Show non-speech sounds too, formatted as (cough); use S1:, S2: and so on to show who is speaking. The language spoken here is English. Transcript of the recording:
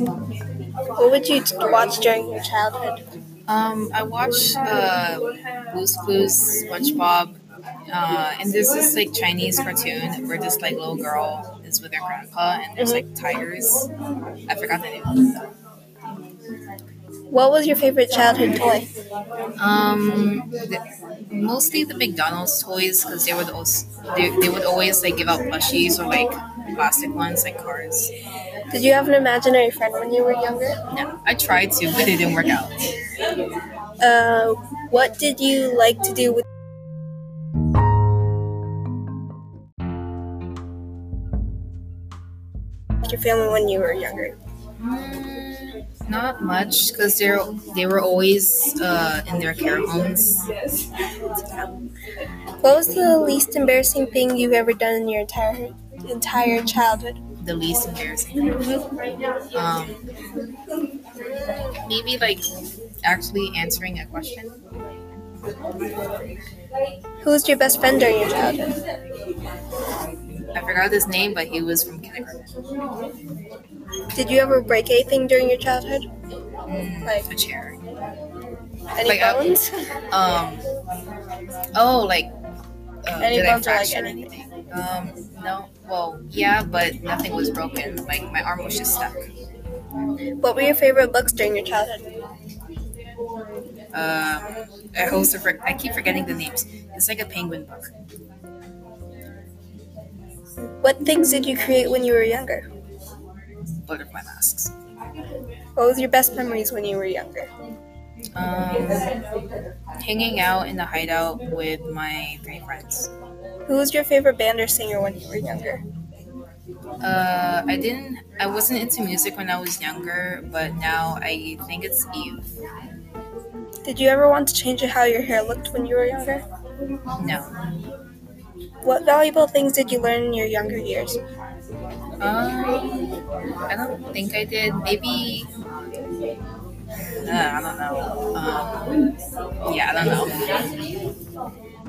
S1: What would you t- watch during your childhood?
S2: Um, I watch uh, Blue's Clues, SpongeBob, uh, and there's this like Chinese cartoon where this like little girl is with her grandpa, and there's like tigers. I forgot the name.
S1: What was your favorite childhood toy?
S2: Um, the, mostly the McDonald's toys because they would also, they, they would always like give out plushies or like plastic ones like cars.
S1: Did you have an imaginary friend when you were younger?
S2: No, I tried to, but it didn't work out.
S1: Uh, what did you like to do with? Your family when you were younger.
S2: Mm, Not much, because they're they were always uh, in their care homes.
S1: What was the least embarrassing thing you've ever done in your entire entire childhood?
S2: The least embarrassing. Um, maybe like actually answering a question.
S1: Who was your best friend during your childhood?
S2: I forgot his name, but he was from kindergarten.
S1: Did you ever break anything during your childhood?
S2: Mm,
S1: Like-
S2: a chair.
S1: Any
S2: Like, uh,
S1: bones?
S2: Um. Oh, like. Uh,
S1: Any
S2: did I
S1: bones or, like,
S2: fracture anything? Um. No. Well, yeah, but nothing was broken. Like my arm was just stuck.
S1: what were your favorite books during your childhood?
S2: Um, I also for, I keep forgetting the names. It's like a penguin book.
S1: What things did you create when you were younger?
S2: Butterfly masks.
S1: What was your best memories when you were younger?
S2: Um, hanging out in the hideout with my three friends.
S1: Who was your favorite band or singer when you were younger?
S2: Uh, I didn't. I wasn't into music when I was younger, but now I think it's Eve.
S1: Did you ever want to change how your hair looked when you were younger?
S2: No.
S1: What valuable things did you learn in your younger years?
S2: Um, I don't think I did. Maybe. (sighs) Uh, I don't know. Um, yeah, I don't know.